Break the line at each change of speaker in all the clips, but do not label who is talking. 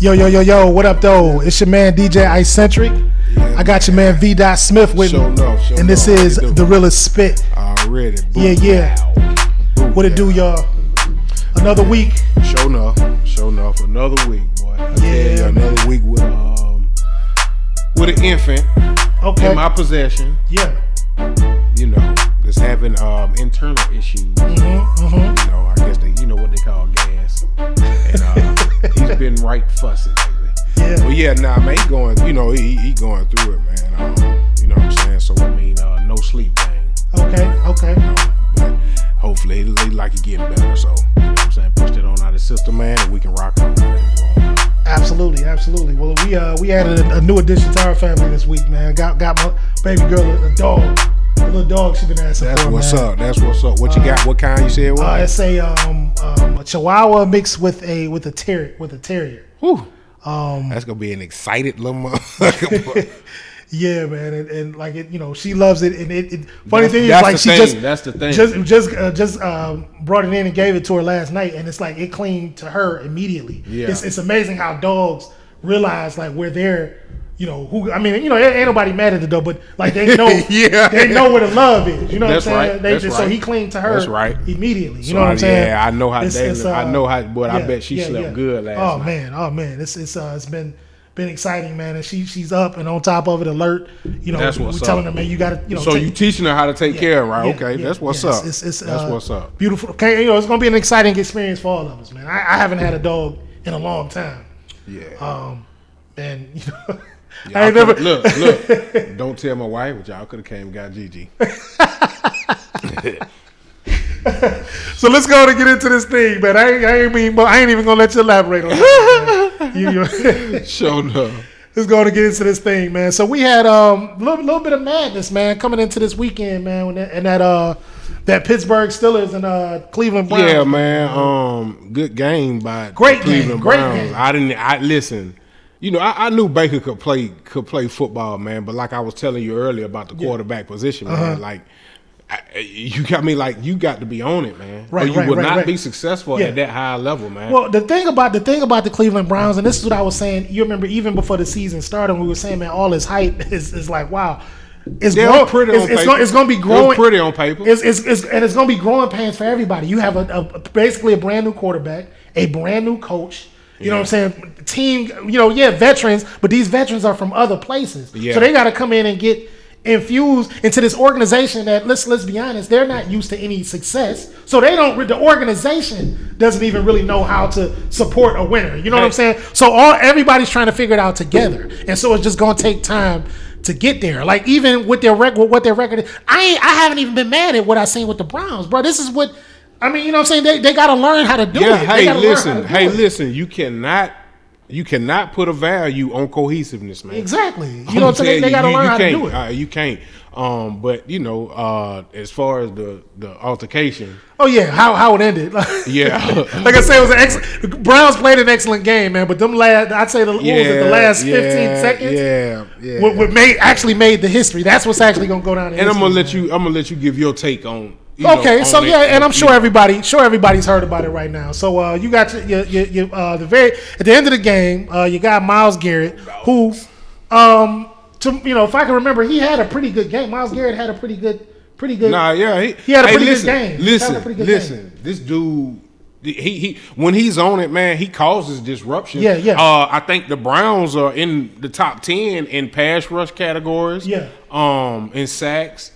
Yo, yo, yo, yo, what up, though? It's your man DJ Icentric. I got your man V. Dot Smith with
Show
me.
enough, show
and this
enough.
is
How Oh, you doing?
The Realest Spit.
Already.
Yeah, yeah. What it do,
y'all?
y'all? Another week.
Show enough. Show enough. Another week, boy. I tell
Yeah,
you, another week with um with an infant
Okay.
in my possession.
yeah.
You know, that's having um internal issues.
Mm-hmm, mm-hmm.
You know, I guess they you know what they call gas. And uh, he's been right fussing lately.
Yeah.
But yeah, nah, man, he going, you know, he, he going through it, man. Um, you know what I'm saying? So I mean, uh, no sleep thing.
Okay, okay.
But hopefully, he, he like it getting better. So, you know what I'm saying? Push that on out of the system, man, and we can rock on.
Absolutely, absolutely. Well, we uh we added a, a new addition to our family this week, man. Got got my baby girl a, a dog, a little dog she been asking
That's
for.
what's
man.
up. That's what's up. What you got? What kind you said it was?
Uh, it's a um, um a Chihuahua mixed with a with a terrier with a terrier.
Whew.
Um,
That's gonna be an excited little motherfucker.
yeah, man, and, and like it, you know, she loves it. And it, it funny
That's-
thing is,
that's
like
the
she
thing,
just
that's the thing.
just just uh, just um, brought it in and gave it to her last night, and it's like it cleaned to her immediately.
Yeah.
it's, it's amazing how dogs realize like where they're. You know who? I mean, you know, ain't ain't nobody mad at the dog, but like they know,
Yeah.
they know where the love is. You know
That's
what I'm saying?
right,
They
that's
just- So
right.
he cleaned to her.
That's right.
Immediately. You
So,
know what I'm saying? uh,
yeah, I know how they look. I know how- but I bet she slept good last
oh,
night.
man, oh man, it's it's uh, it's been been exciting, man. And she she's up and on top of it, alert. You know,
That's
we're
what's
telling her,
up.
man, you got to you know.
so
take-
you teaching her how to take
yeah,
care, right?
yeah,
okay,
yeah,
that's what's
yeah.
up.
It's, it's,
that's
uh,
what's up.
Beautiful. Okay, you know, it's gonna be an exciting experience for all of us, man. I, I haven't had a dog in a long time,
Yeah.
um, and you know,
Yeah,
I ain't
coulda-
never
look, look. Don't tell my wife, but y'all could have came and got Gigi.
So let's go to get into this thing, man. I, ain't- I ain't mean, but I ain't even gonna let you elaborate on that. man. You- you-
Show no.
let's go to get into this thing, man. So we had um, a little, little bit of madness, man, coming into this weekend, man, when that, and that uh, that Pittsburgh Steelers and uh, Cleveland Browns.
Yeah, man. Um, good game by the
Great game,
Cleveland
great
Browns.
game.
I didn't. I listen. You know, I, I knew Baker could play could play football, man. But like I was telling you earlier about the quarterback position, man.
Uh-huh.
Like. I, you got me like you got to be on it, man.
Right,
or you
right,
will
right,
not
right.
be successful
Yeah.
at that high level, man.
Well, the thing about the thing about the Cleveland Browns, and this is what I was saying. You remember, even before the season started, we were saying, man, all this hype is, is like, wow, it's
They're
grow-
pretty
it's,
on
it's
paper.
gonna- it's gonna be
They're
growing.
pretty on paper.
It's, it's, it's, and it's gonna be growing pains for everybody. You have a, a- basically a brand new quarterback, a brand new coach. You know what I'm saying? Team, you know, yeah, veterans, but these veterans are from other places,
Yeah.
so they got to come in and get infused into this organization that let's let's be honest, they're not used to any success, so they don't. The organization doesn't even really know how to support a winner. You know what I'm saying? So all everybody's trying to figure it out together, and so it's just gonna take time to get there. Like even with their record, what their record, is, I ain't, I haven't even been mad at what I seen with the Browns, bro. This is what. I mean, you know what I'm saying? They, they got to learn how to do
yeah,
it. They
hey,
gotta learn how
listen,
to do
hey,
it.
listen. You cannot, you cannot put a value on cohesiveness, man.
Exactly. You know what I'm
I'm
saying? They got to
telling you,
learn how to do
you- you
it.
can't, Uh, you can't. Um, but you know, uh, as far as the the altercation,
Oh yeah, how how it ended.
Yeah.
like I said, it was an excellent. Browns played an excellent game, man. But them last, I'd say the what was it, the last fifteen seconds,
yeah, yeah.
what, what made actually made the history. That's what's actually gonna go down. in
and I'm gonna
history,
let you. I'm gonna let you give your take on. you
man. Okay,
know,
so
on it.
yeah, and I'm
You
sure everybody, sure everybody's heard about it right now. So uh, you got your, your, your, your uh, the very at the end of the game, uh, you got Miles Garrett, who, um, to you know, if I can remember, he had a pretty good game. Miles Garrett had a pretty good, pretty good.
Nah, yeah, he,
He had a
hey,
pretty good
listen,
game. He had a
Listen,
pretty good
listen, this dude. He, he when he's on it, man, he causes disruption.
Yeah, yeah.
Uh, I think the Browns are in the top ten in pass rush categories.
Yeah.
Um, in sacks,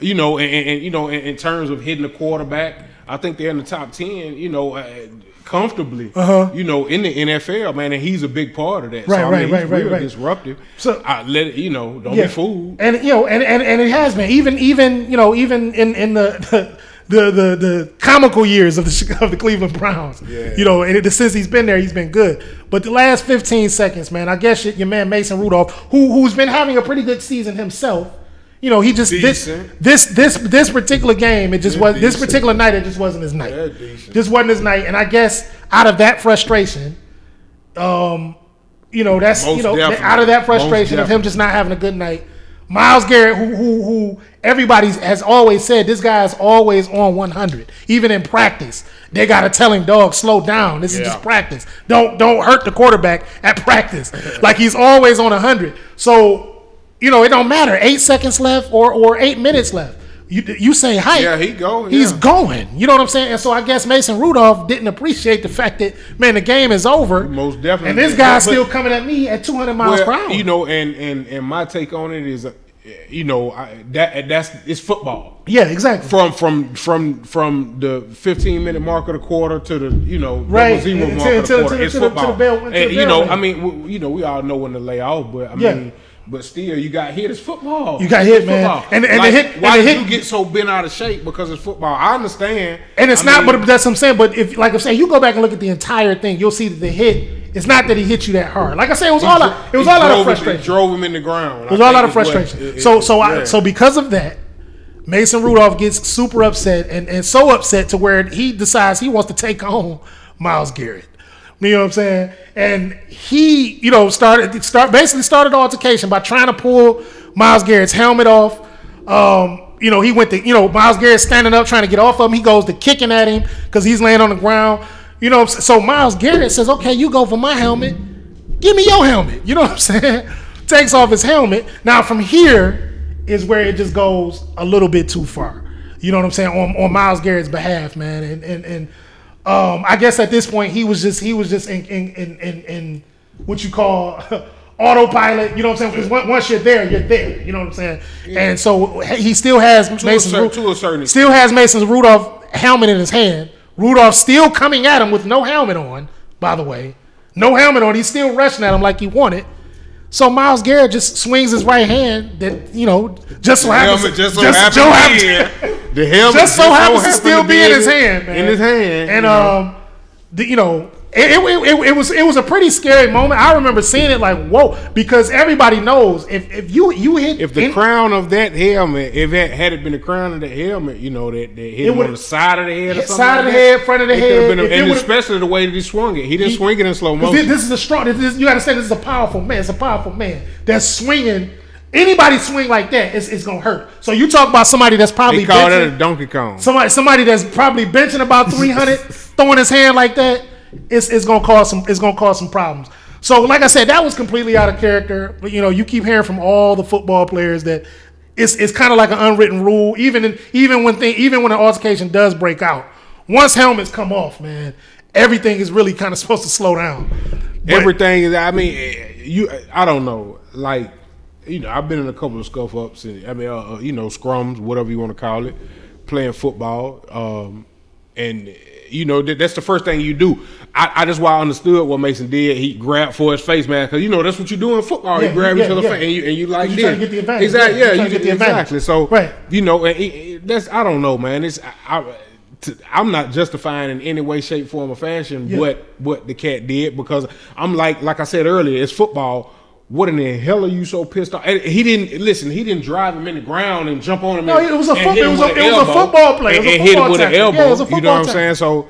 you know, and, and- and, you know, in, in terms of hitting the quarterback, I think they're in the top ten. You know, uh, comfortably.
Uh-huh.
You know, in the NFL, man, and he's a big part of that.
Right,
so, I
right,
mean,
right,
he's
right,
real
right.
Disruptive.
So-
So I let it, you know, don't be fooled.
And you know, and, and, and it has been even even you know even in in the. The, the, the comical years of the Chi- of the Cleveland Browns,
Yeah.
you know, and it, since he's been there, he's been good. But the last 15 seconds, man, I guess your, your man Mason Rudolph, who who's been having a pretty good season himself, you know, he just this,
Decent.
this this this particular game, it just
Yeah,
was this
decent.
particular night, it just wasn't his night.
Yeah, decent.
This wasn't his night, and I guess out of that frustration, um, you know, that's
Most
you know,
definitely.
out of that
Most
frustration of him
definitely.
just not having a good night. Miles Garrett, who who who everybody has always said, this guy is always on 100. Even in practice, they gotta tell him, dog, slow down. This is
Yeah.
just practice. Don't don't hurt the quarterback at practice. like he's always on 100. So you know it don't matter. Eight seconds left or or eight minutes left. You you say hype.
Yeah, he go,
He's
yeah.
going. You know what I'm saying? And so I guess Mason Rudolph didn't appreciate the fact that man, the game is over.
Most definitely.
And this guy's
But-
still coming at me at 200 miles per
Well,
hour.
you know, and and and my take on it is, uh, you know, I, that that's it's football.
yeah, exactly.
from from from from the 15 minute mark of the quarter to the you know double
Right.
zero
Until-
mark of the
until-
quarter
until-
it's
until the- until
football
the bell- until
and,
the
you
bell
know
rings.
I mean we, you know we all know when to lay off but I
Yeah.
mean but still you got hit as football
You got hit, man. And- and the
Like,
hit- and
why
the
did
hit-
you get so bent out of shape because it's football I understand
And it's
I
not,
mean,
but that's what I'm saying. But if, like I'm saying, you go back and look at the entire thing, you'll see that the hit. It's not that he hit you that hard. Like I said, it was all
dro-
out. It was
he
all out
drove
of
him-
frustration.
he drove him in the ground
It was all out of frustration. so so I, so because of that, Mason Rudolph gets super upset and, and so upset to where he decides he wants to take on Miles Garrett. You know what I'm saying? And he, you know, started start basically started the altercation by trying to pull Miles Garrett's helmet off. Um, you know, he went to, you know, Miles Garrett standing up trying to get off of him. He goes to kicking at him because he's laying on the ground. You know, what I'm saying? so Miles Garrett says, okay, you go for my helmet give me your helmet. You know what I'm saying? Takes off his helmet. Now from here is where it just goes a little bit too far. You know what I'm saying? On, on Miles Garrett's behalf, man. And and and um, I guess at this point he was just he was just in in in in, in what you call autopilot. You know what I'm saying? Because on- once you're there, you're there. You know what I'm saying? And so he still has
a
Mason's
cer-
Ru-
to a certain extent.
still has Mason's Rudolph helmet in his hand. Rudolph still coming at him with no helmet on. By the way, no helmet on. He's still rushing at him like he wanted. So Miles Garrett just swings his right hand that you know just so happens
helmet just so
so
happens to
happens-
be in- the helmet
just so happens to
happened
still be in
in
his hand, man.
In his
And
hand, you know.
um, the, you know, it, it, it, it was it was a pretty scary moment. I remember seeing it like whoa, because everybody knows if, if you you hit
If the
in-
crown of that helmet, if it had it been the crown of the helmet, you know that, that hit him
would've-
on the side of the head, or
Hit
something
side of
like
the
that,
head, front of the
it could've
head.
been a-
If it
and
would've-
especially the way that he swung it, he didn't swing it in slow
Because
motion.
This, this is a strong. This, this, you understand? This is a powerful man. It's a powerful man that's swinging. Anybody swing like that, it's, it's gonna hurt. So you talk about somebody that's probably
They call that
benching-
a Donkey Kong.
somebody somebody that's probably benching about 300 throwing his hand like that it's, it's gonna cause some it's gonna cause some problems so like i said that was completely out of character but you know you keep hearing from all the football players that it's it's kind of like an unwritten rule even in, even when thing even when an altercation does break out once helmets come off man everything is really kind of supposed to slow down But-
Everything is. I mean, eh, you. I don't know. Like, you know, I've been in a couple of scuff ups, and I mean, uh, uh, you know, scrums, whatever you want to call it, playing football, um, and eh, you know that, that's the first thing you do. I, I just why I understood what Mason did. He grabbed for his face, man, because you know that's what you do in football.
Yeah,
you grab
yeah,
each other's
yeah.
face, and you, and you like
You trying to
this.
get the advantage.
Exactly.
Yeah,
Yeah,
you trying
you
to get the
exactly.
advantage.
So
Right.
you know, and it, it, that's I don't know, man. It's I, I t- I'm not justifying in any way, shape, form, or fashion
Yeah.
what what the cat did because I'm like like I said earlier, it's football. What in the hell are you so pissed off? And he didn't listen. He didn't drive him in the ground and jump on him.
No,
and-
it was a
and
foot-
hit
it
him
was a-
with
it
an
was a
elbow
football play. It
And,
was a
and hit him
football
with an
tackle.
elbow.
Yeah, it was a
you know
football
what I'm
tackle.
saying? So,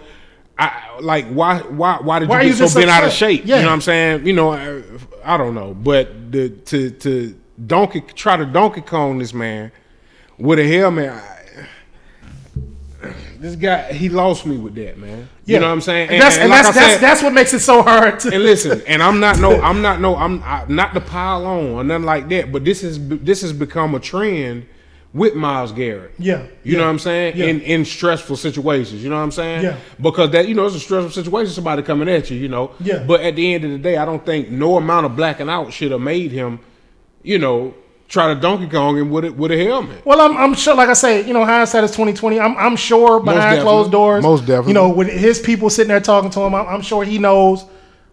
I like why why why did
Why are
you
you
get so
just
bent out of
upset?
shape?
Yeah.
You know what I'm saying? You know, I, I don't know, but the to to donkey try to donkey Kong this man with a helmet. I, this guy, he lost me with that man. You know what I'm saying?
and, that's, and
like
that's,
I
that's,
said-
that's what makes it so hard to
and listen, and I'm not no, I'm not no, I'm I, not the pile on or nothing like that. But this is this has become a trend with Miles Garrett.
Yeah,
you know what I'm saying.
yeah.
In in stressful situations, you know what I'm saying.
Yeah.
because that you know it's a stressful situation. Somebody coming at you, you know.
Yeah.
But at the end of the day, I don't think no amount of blacking out should have made him, you know, try to Donkey Kong him with it with a helmet.
Well, I'm, I'm sure, like I say, you know, hindsight is 2020. I'm, I'm sure behind
definitely.
closed doors,
Most definitely.
You know, with his people sitting there talking to him, I'm, I'm sure he knows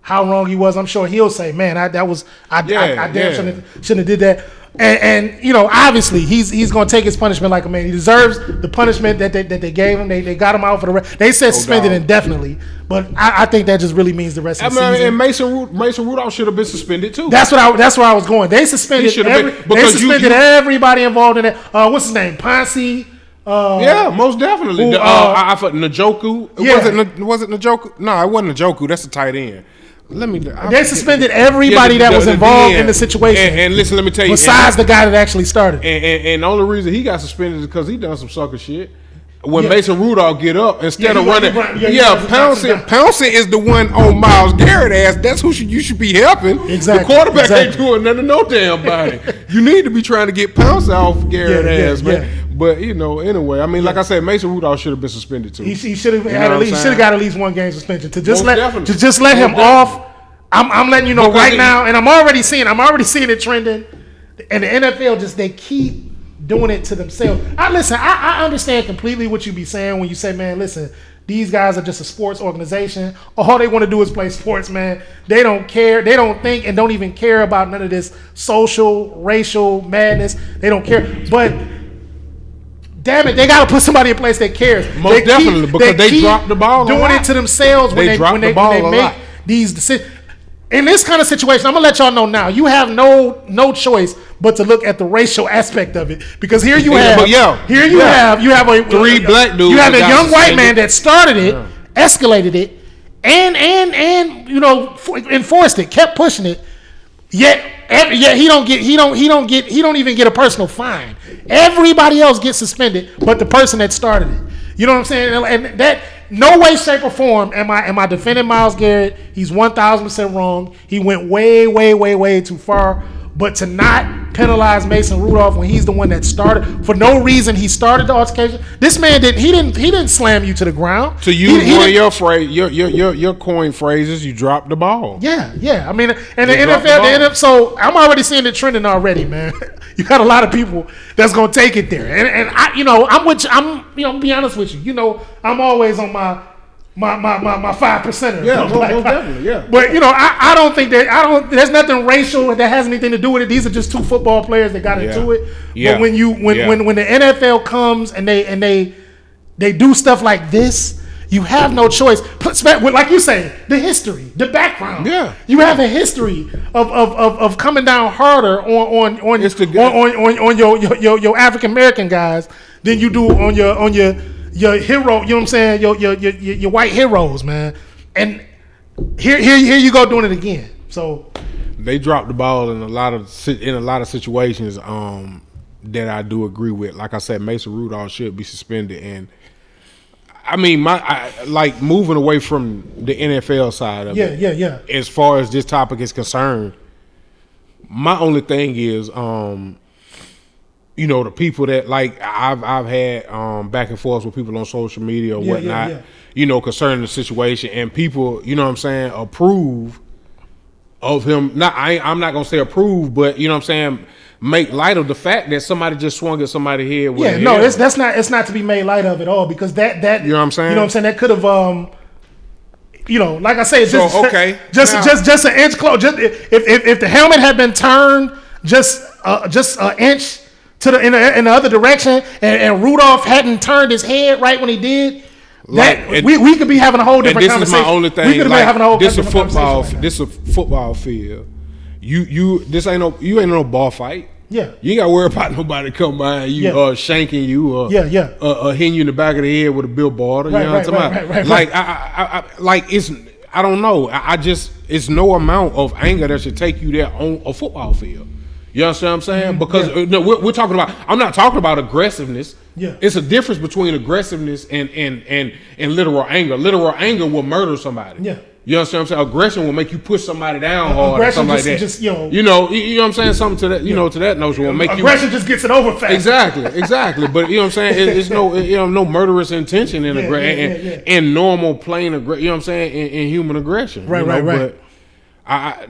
how wrong he was. I'm sure he'll say, "Man, I, that was I, I, I
Yeah,
damn
yeah.
shouldn't, have, shouldn't have did that." And, and you know, obviously, he's he's going to take his punishment like a man. He deserves the punishment that they, that they gave him. They, they got him out for the rest. They said suspended
doubt.
indefinitely, but I, I think that just really means the rest
I
of the
mean,
season.
and Mason Ru- Mason Rudolph should have been suspended too.
That's what I. That's where I was going. They suspended.
He should've
Every,
been-
they
because you-
suspended
you-
everybody involved in it. Uh, what's his name? Ponce. Uh,
Yeah, most definitely.
who,
The, uh,
uh,
I, I thought Njoku.
Yeah.
Was it Na- was it Njoku? No, it wasn't Njoku. That's a tight end. Let me. I
They
forget-
suspended
Yeah,
everybody that was involved
DN.
in the
And,
situation,
and listen, let me tell you.
besides the guy that actually started.
And, and, and the only reason he got suspended is because he done some sucker shit. When
Yeah.
Mason Rudolph get up instead
Yeah,
of
he went-
running,
he run- yeah,
yeah,
he was bouncing
Pouncey,
back.
Pouncey is the one on Miles Garrett ass. That's who should, you should be helping.
Exactly,
The quarterback ain't
exactly.
doing nothing to no damn body. you need to be trying to get Pouncey off Garrett
Yeah, yeah,
ass, man. But you know, anyway, I mean, like I said, Mason Rudolph should have been suspended too.
He, he should have
know
had
what
at
I'm
least should
saying?
have got at least one game suspension to just
Most
let
definitely.
to just let
Most
him
definitely.
off. I'm, I'm letting you know
Because
right
it-
now, and I'm already seeing I'm already seeing it trending, and the NFL just they keep doing it to themselves. I listen, I, I understand completely what you be saying when you say, man, listen, these guys are just a sports organization. All they want to do is play sports, man. They don't care. They don't think and don't even care about none of this social, racial madness. They don't care, but. Damn it! They gotta put somebody in place that cares.
Most
they keep-
definitely, because they
keep
dropped the ball a
Doing
lot.
it to themselves when
They
they,
dropped
when
the
they,
ball
when
a
they make
lot.
these decisions. In this kind of situation, I'm gonna let y'all know now. You have no no choice but to look at the racial aspect of it because here you
Yeah,
have
but yeah,
here you
yeah.
have you have a
Three
a-
black dudes
You have a
that got
young white man
suspended.
that started it, escalated it, and and and you know fo- enforced it, kept pushing it. Yet, every, yet he don't get he don't he don't get he don't even get a personal fine. Everybody else gets suspended, but the person that started it. You know what I'm saying? And and that no way, shape, or form am I am I defending Miles Garrett? He's one thousand percent wrong. He went way, way, way, way too far. But to not penalize Mason Rudolph when he's the one that started for no reason he started the altercation. This man didn't he didn't he didn't slam you to the ground.
to
He-
use
he
one
didn't-
of your phrase, your your your your coin phrases, you dropped the ball.
Yeah, yeah. I mean, and the
They
NFL,
dropped
the
the ball.
NFL. So I'm already seeing it trending already, man. You got a lot of people that's gonna take it there, and and I, you know, I'm with, you- I'm, you know, I'm be honest with you. You know, I'm always on my. My my my my five percenter.
Yeah, most- most definitely, yeah.
But you know, I, I don't think that I don't. There's nothing racial that has anything to do with it. These are just two football players that got
Yeah.
into it.
Yeah.
But when you when,
Yeah.
when when the NFL comes and they and they they do stuff like this, you have no choice. Put- spe- with- Like you say, the history, the background.
Yeah.
you have a history of of, of, of coming down harder on on on
It's the-
on, on, on, on your your, your, your African American guys than you do on your on your your hero. You know what I'm saying? Your your your, your, your white heroes, man. And here here here you go doing it again. So
they dropped the ball in a lot of si- in a lot of situations um, that I do agree with. Like I said, Mason Rudolph should be suspended, and I mean, my I, like moving away from the NFL side of
yeah
it.
yeah yeah
As far as this topic is concerned, my only thing is, um, you know, the people that like I've I've had um, back and forth with people on social media or
Yeah, yeah,
whatnot,
yeah.
you know, concerning the situation, and people, you know, what I'm saying, approve of him. Not I, ain't- I'm not gonna say approve, but you know, what I'm saying, make light of the fact that somebody just swung at somebody here. With
yeah
a
no
hammer.
it's that's not it's not to be made light of at all because that that
You know what I'm saying?
you know what I'm saying that could have um you know like I say just
So, okay,
just
now-
just just an inch close just if if, if the helmet had been turned just uh, just an inch to the in the, in the other direction and, and Rudolph hadn't turned his head right when he did.
Like,
that
and-
we, we could be having a whole
and
different
this is
conversation.
my only thing.
We could be
like,
having a whole
this a
different
football.
conversation right now.
this a football field. You you this ain't no you ain't no ball fight.
Yeah.
you ain't got to worry about nobody come by and you
Yeah.
uh, shanking you or
Yeah, yeah.
Uh, uh, hitting you in the back of the head with a billboard. Or,
Right,
you know what
right,
I'm talking
right,
about?
right, right,
like I, I, I- I like it's I don't know. I, I just it's no amount of anger that should take you there on a football field. You understand what I'm
Mm-hmm.
saying? Because uh, no, we're, we're talking about. I'm not talking about aggressiveness.
Yeah.
it's a difference between aggressiveness and and and and literal anger. Literal anger will murder somebody.
Yeah.
you understand what I'm saying? Aggression will make you push somebody down hard or
aggression
something
just-
like that.
just, you know-
you know, you, you know what I'm saying? Something to that, you know, to that notion will make you
Aggression just gets it over fast.
Exactly, exactly. but you know what I'm saying? It, it's no, you know, no murderous intention in
Yeah,
aggra-
yeah,
and,
yeah, yeah.
and normal plain aggression. You know what I'm saying? In, in human aggression,
Right,
you know,
right, right.
But I, I,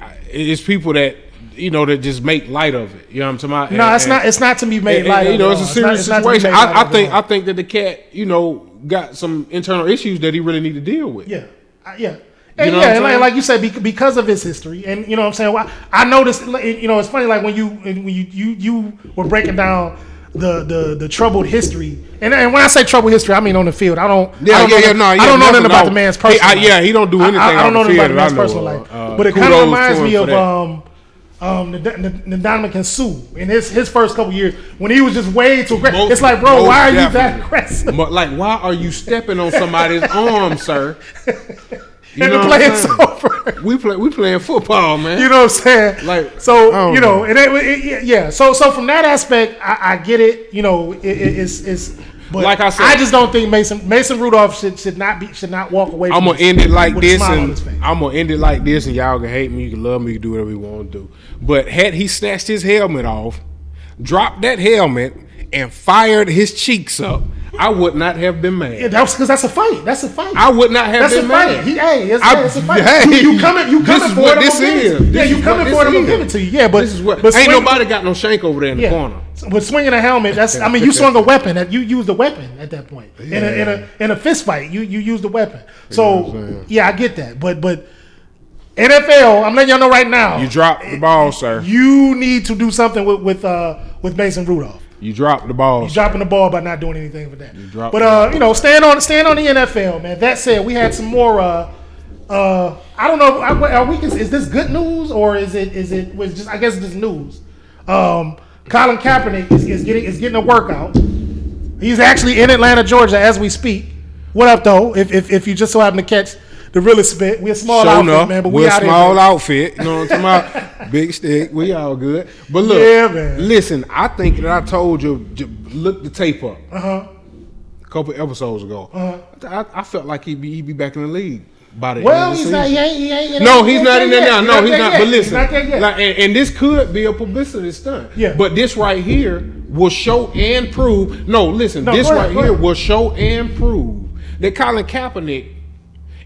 I- it's people that you know that just make light of it. You know what I'm talking about?
No,
And-
it's not.
and-
It's not to be made
and-
light.
and,
of
you know,
at
it's a
all.
serious
not- not to be
situation.
made light
I, I
of at
think
all.
I think that the cat, you know, got some internal issues that he really need to deal with.
Yeah, I- yeah. And
know what
yeah,
I'm
and like,
saying?
like you said, bec- because of his history, and you know what I'm saying. Why- I noticed, like, you know, it's funny. Like when you and when you you you were breaking down the the the troubled history, and and when I say troubled history, I mean on the field. I don't.
Yeah,
I don't
yeah,
know,
yeah, no,
I
yeah,
don't know nothing
nothing,
about
no.
the man's
He- I-
personal. life.
yeah, he don't do anything
I, I,
on
don't
the
know nothing about
field
the
that I
man's
know
personal
of.
life,
Uh,
but it kind
kudos
of
to
reminds
him
me
for
of
that.
um um Ndamukong Sue in his his first couple years when he was just way too aggressive.
Most-
It's like, bro,
most
why are you that
definitely.
aggressive?
But like, why are you stepping on somebody's arm, sir? You
and
know
the
what
play
I'm
is
saying?
over.
We play. We playing football, man.
you know what I'm saying?
Like, I
so
don't
you know,
know.
and it, it- it- yeah. So so from that aspect, I, I get it. You know, it, it, it's it's. But
Like I said-
I just don't think Mason Mason Rudolph should should not be should not walk away.
I'm
from
gonna end it like
with a
this,
smile on
and
his face.
I'm gonna end it like this, and y'all can hate me, you can love me, you can do whatever you want to do. But had he snatched his helmet off, dropped that helmet, and fired his cheeks up, I would not have been mad.
Yeah, that was because that's a fight. That's a fight.
I would not have
that's a
been
fight.
mad.
He, hey, it's,
I-
it's a fight.
hey,
you, you coming? You
this
coming
is
for
what
it?
this
I'm gonna
is.
give it to you. Yeah,
This
you
is
coming
what
for it? I'm
this
gonna give it
is.
to you. Yeah, but
this is what.
but
ain't
swing-
nobody got no shank over there in
Yeah.
the corner.
With swinging a helmet, that's I mean you swung a weapon. That you used a weapon at that point in a in a in a fist fight. You you used a weapon. So yeah, I get that. But but NFL, I'm letting y'all know right now.
You dropped the ball, sir.
you need to do something with with uh, with Mason Rudolph.
You dropped the ball.
He's dropping the ball by not doing anything for that.
dropped
But
the
uh, you know, stand on stand on the NFL, man. That said, we had some more. Uh, uh, I don't know. I- Are we? Is this good news or is it is it was just? I guess it's just news. Um, Colin Kaepernick is, is getting is getting a workout. He's actually in Atlanta, Georgia, as we speak. What up, though? If if, if you just so happen to catch the realest bit, we're a small
Sure
outfit,
enough,
man. But
we're
we
a
out here.
small outfit. You know what I'm talking about? Big stick. We all good. But look,
Yeah, man.
listen. I think that I told you. j- Look the tape up
Uh huh.
a couple episodes ago. I, I felt like he'd be, he'd be back in the league by the
Uh-huh. Well,
end
he's
of the season.
not. He ain't. He ain't
No, he's not in there now.
yet.
No, he's
yet.
not. But
He's
listen,
not there yet.
like, and, and this could be a publicity stunt.
Yeah.
But this right here will show and prove. No, listen,
No,
this
go ahead,
right
go
here
ahead.
will show and prove that Colin Kaepernick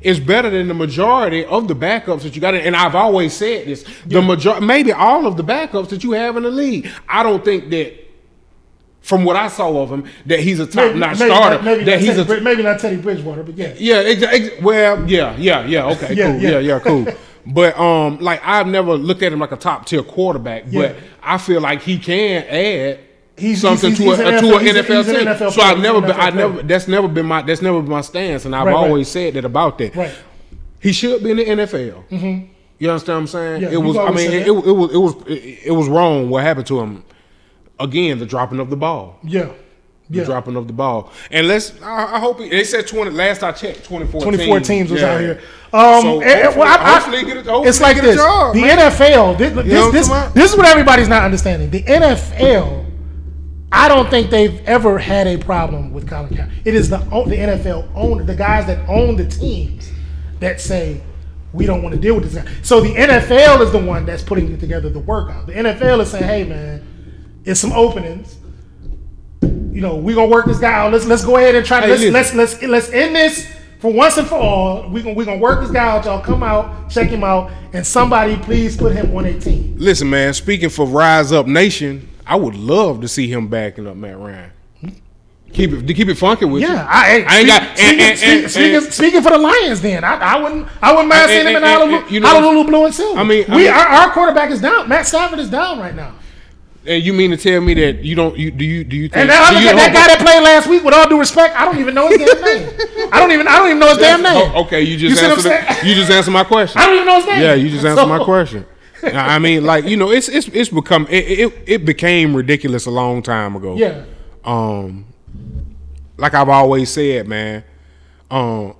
is better than the majority of the backups that you got. in- And I've always said this: the major, maybe all of the backups that you have in the league. I don't think that. From what I saw of him, that he's a top notch starter.
Maybe,
that
not
he's
Teddy,
a
Brid- maybe not Teddy Bridgewater, but yeah.
yeah, exactly. well, yeah, yeah, yeah. Okay,
Yeah,
cool.
yeah.
Yeah, yeah, cool. But um, like I've never looked at him like a top tier quarterback, but
Yeah.
I feel like he can add
He's-
something
he's-
to
he's
a,
an
to
NFL he's
an
a-
NFL
he's an
team.
NFL
so I've
player,
never,
he's an
been, I
NFL player.
never. That's never been my. That's never been my stance, and I've
Right, right.
always said that about that.
Right. Mm-hmm.
He should be in the NFL. You understand what I'm saying?
Yeah,
it was.
you've
I
always
mean,
said
it, it,
that.
it was. It was. It, it was wrong. What happened to him? Again, the dropping of the ball
Yeah.
the
Yeah.
dropping of the ball. And let's, I, I hope he, they said 20, last I checked, 2014.
24 teams was
Yeah.
out here. Um,
So
and- and- well, I-
hopefully-
I-
hopefully he get a- hopefully
it's
he
like
get a
this.
job,
the
man.
NFL, thi- this,
know what I'm
this,
talking about?
this is what everybody's not understanding. The NFL, I don't think they've ever had a problem with Colin Kaepernick. It is the, o- the NFL owner, the guys that own the teams that say, we don't want to deal with this guy. So the NFL is the one that's putting together the workout. The NFL is saying, hey, man, it's some openings. you know, we're gonna work this guy out. Let's let's go ahead and try to
Hey, listen.
let's, let's let's let's end this for once and for all. We're gonna we're gonna work this guy out. Y'all come out, check him out, and somebody please put him on a team.
Listen, man, speaking for Rise Up Nation, I would love to see him backing up Matt Ryan. Keep it, keep it funky with you.
Yeah, I,
I ain't got-
speaking,
and-
speaking,
and-
speaking,
and-
speaking for the Lions. Then I, I wouldn't I wouldn't mind
And-
seeing him in
and- and-
Honolulu,
and, you know,
Honolulu Blue and Silver.
I mean- I
we
mean-
our, our quarterback is down. Matt Stafford is down right now.
And you mean to tell me that you don't, you do you, do you think,
And now I
do
look
you
at that guy
hope-
that played last week. With all due respect, I don't even know his damn name. I don't even I don't even know his damn name.
Oh, okay, you just,
see what I'm
answered, the-
saying?
you just answered my question.
I don't even know his name.
Yeah, you just answered my
So-
question. I I mean, like you know, it's it's it's become it, it it became ridiculous a long time ago.
Yeah.
Um, like I've always said, man. Um,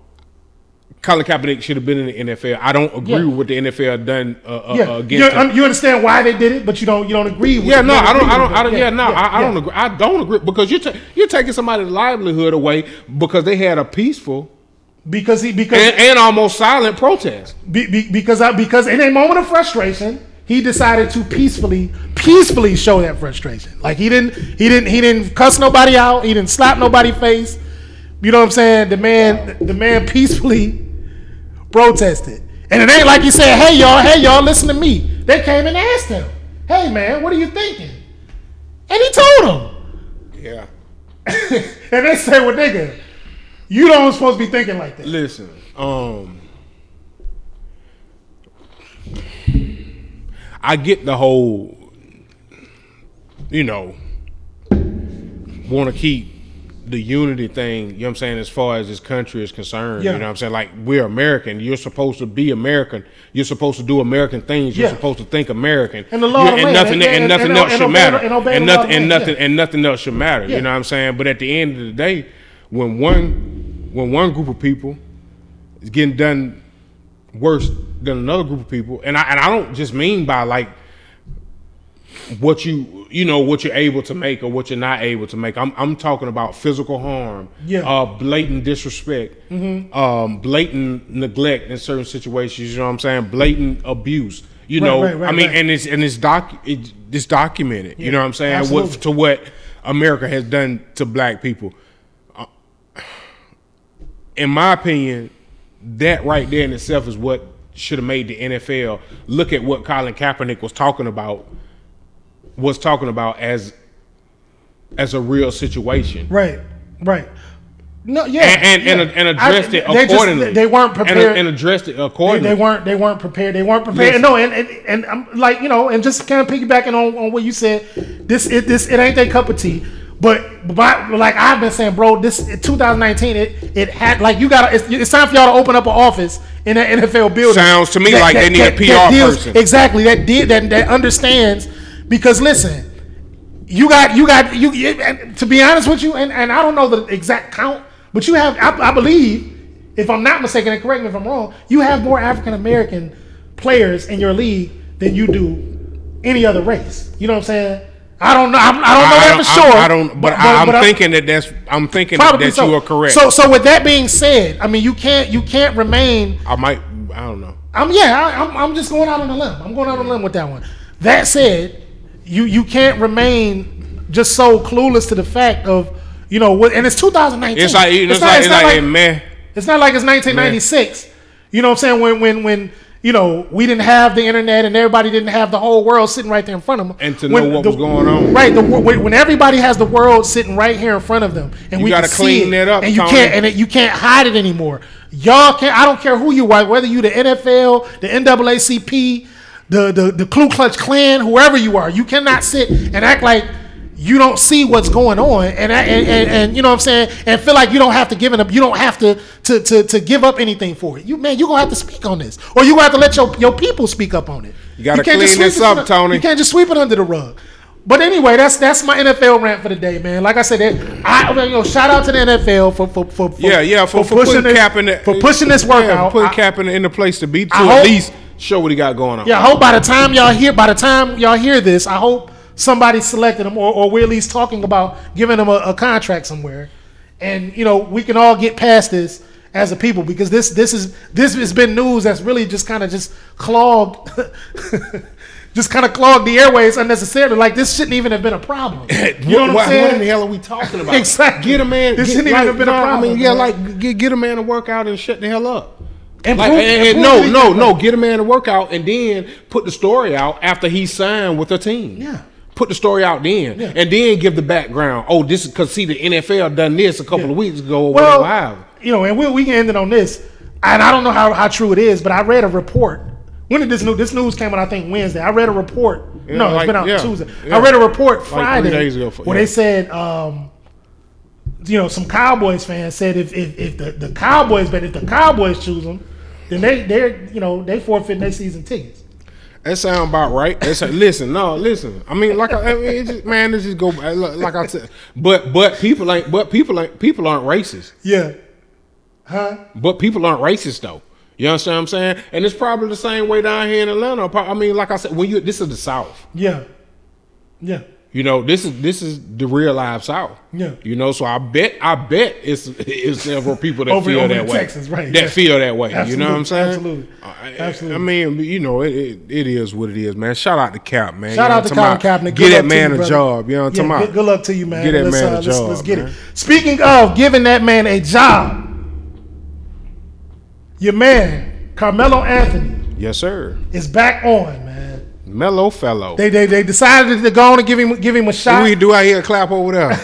Colin Kaepernick should have been in the NFL. I don't agree
Yeah.
with what the NFL done uh, uh,
Yeah,
uh,
you,
against. him.
un- you understand why they did it, but you don't you don't agree with.
yeah,
you
no,
don't
I don't,
agree with
I don't, I
it.
don't. Yeah, no, I, I
yeah.
don't agree. I don't agree because you're ta- you're taking somebody's livelihood away because they had a peaceful
because he because
and, and almost silent protest.
be, be- because I because in a moment of frustration he decided to peacefully peacefully show that frustration. Like he didn't he didn't he didn't cuss nobody out. He didn't slap nobody face. You know what I'm saying? The man the man peacefully protested, and it ain't like he said, "Hey y'all, hey y'all, listen to me." They came and asked him, "Hey man, what are you thinking?" And he told them.
Yeah,
and they say, "Well, nigga, you don't supposed to be thinking like that."
Listen, um, I get the whole, you know, want to keep the unity thing. You know what I'm saying? As far as this country is concerned,
Yeah.
you know what I'm saying? Like we're American. You're supposed to be American. You're supposed to do American things. You're
Yeah.
supposed to think American.
And the law of the
and
land,
nothing
and-
and,
and-
nothing
and-
else
and
should
obey-
matter.
and obey
and
the law
nothing
of
and
the land,
nothing
yeah.
and nothing else should matter.
Yeah.
You know what I'm saying? But at the end of the day, when one when one group of people is getting done worse than another group of people, and I and I don't just mean by like what you you know what you're able to make or what you're not able to make. I'm I'm talking about physical harm,
Yeah. Mm-hmm.
uh, blatant disrespect, um, blatant neglect in certain situations. You know what I'm saying? Blatant abuse. You
Right,
know,
right, right,
I mean,
right.
and it's and it's doc it, it's documented. You know what I'm saying? What
absolutely.
to what America has done to black people. Uh, In my opinion, that right there in itself is what should have made the NFL look at what Colin Kaepernick was talking about was talking about as as a real situation.
Right, right. No, yeah,
And and,
yeah.
and, and addressed
I-
it
they just-
accordingly.
they weren't
And-
prepared.
And, addressed it
They-
accordingly.
they weren't they weren't prepared. They weren't prepared.
Listen.
No, and, and and I'm like you know, and just kind of piggybacking on, on what you said. This it this it ain't their cup of tea. But but like I've been saying, bro, this 2019 it it had like you got to it's, it's time for y'all to open up an office in that NFL building.
Sounds to me like they need a PR
deals-
person.
Exactly that did that that understands because listen, you got you got you. you- and to be honest with you, and, and I don't know the exact count, but you have I, I believe, if I'm not mistaken, and correct me if I'm wrong, you have more African American players in your league than you do any other race. You know what I'm saying? I don't know. I'm, I don't know
I,
that
I
for
don't,
sure.
I, I don't. But, I, I'm
but
thinking that that's. I'm thinking that, that
so.
you are correct.
So so with that being said, I mean you can't you can't remain
I might. I don't know.
I'm yeah, I, I'm, I'm just going out on a limb. I'm going out on a limb with that one. That said, you you can't remain just so clueless to the fact of you know what, and it's 2019.
It's like you know, it's, like, it's like, hey, man.
It's not like it's 1996. You know what I'm saying? When when when you know we didn't have the internet and everybody didn't have the whole world sitting right there in front of them.
And to
When
know what
the-
was going on.
Right. The, wor- when when everybody has the world sitting right here in front of them, and
You
we
gotta
can see
clean
it,
it up,
and you
Tony.
can't and it, you can't hide it anymore. Y'all can't. I don't care who you are, whether you the NFL, the NAACP, the the the Ku Klux Klan, whoever you are, you cannot sit and act like. You don't see what's going on, and, I, and, and and you know what I'm saying, and feel like you don't have to give it up. You don't have to to to, to give up anything for it. You man, you gonna have to speak on this, or you gonna have to let your, your people speak up on it. You
gotta
can't just
clean this
sweep it
up, Tony.
You can't just sweep it under the rug. But anyway, that's that's my NFL rant for the day, man. Like I said, that, I you know, shout out to the NFL for for for, for
Yeah, yeah. For, for, putting
this,
Cap in the,
for pushing this work
Yeah,
out.
putting
I-
Cap in the, in the place to be to
I
at
hope-
least show what he got going on.
yeah, I hope by the time y'all hear by the time y'all hear this, I hope somebody selected him or, or we're at least talking about giving him a, a contract somewhere. And you know, we can all get past this as a people because this this is this has been news that's really just kind of just clogged just kind of clogged the airways unnecessarily. Like this shouldn't even have been a problem. You know what, I'm saying?
in the hell are we talking about?
Exactly.
Get a man.
This
get-
shouldn't even
like,
have been a
no, I
problem,
mean, yeah,
man.
like get, get a man to work out and shut the hell up.
And
Like,
prove-
and-
and prove
and no,
that
no,
he-
no. Get a man to work out and then put the story out after he signed with a team.
Yeah.
Put the story out then,
Yeah.
and then give the background. Oh, this is because see the NFL done this a couple of weeks ago. Or
well,
whatever. however.
you know, and we, we can end it on this. And I don't know how, how true it is, but I read a report. When did this news? This news came out, I think Wednesday. I read a report.
Yeah,
no, it's
like-
been out
yeah,
Tuesday.
yeah.
I read a report Friday
days ago,
where
yeah.
they said, um, you know, some Cowboys fans said if if, if the, the Cowboys, but if the Cowboys choose them, then they they're you know they forfeit their season tickets.
That sound about right. That's listen, no, listen. I mean, like I, I mean, it just, man, it just go like I said. But but people ain't but people ain't people aren't racist.
Yeah, huh?
But people aren't racist though. You understand what I'm saying? And it's probably the same way down here in Atlanta. Pro- I mean, like I said, when you this is the South.
Yeah, yeah,
You know, this is this is the real live South.
Yeah.
You know, so I bet I bet it's it's several people that
Over-
feel
over
that
in
way.
Texas, right,
That
yeah.
feel that way. you know what I'm saying?
Absolutely,
I,
absolutely.
I-
Absolutely.
I mean, you know, it, it, it is what it is, man. Shout out to Cap, man.
Shout
You know
out to
what I'm
Colin
talking about?
Kaepernick.
Get
Good luck
that
to
man
you,
a
brother.
job. You know what I'm
Yeah, good,
talking about?
good luck to you, man.
Get that
let's,
man
uh,
a
let's,
job.
let's get
man.
it. Speaking of giving that man a job, your man Carmelo Anthony
Yes, sir.
is back on, man.
Mellow fellow.
They they, they decided to go on and give him give him a
What
shot.
we do out here clap over there.
we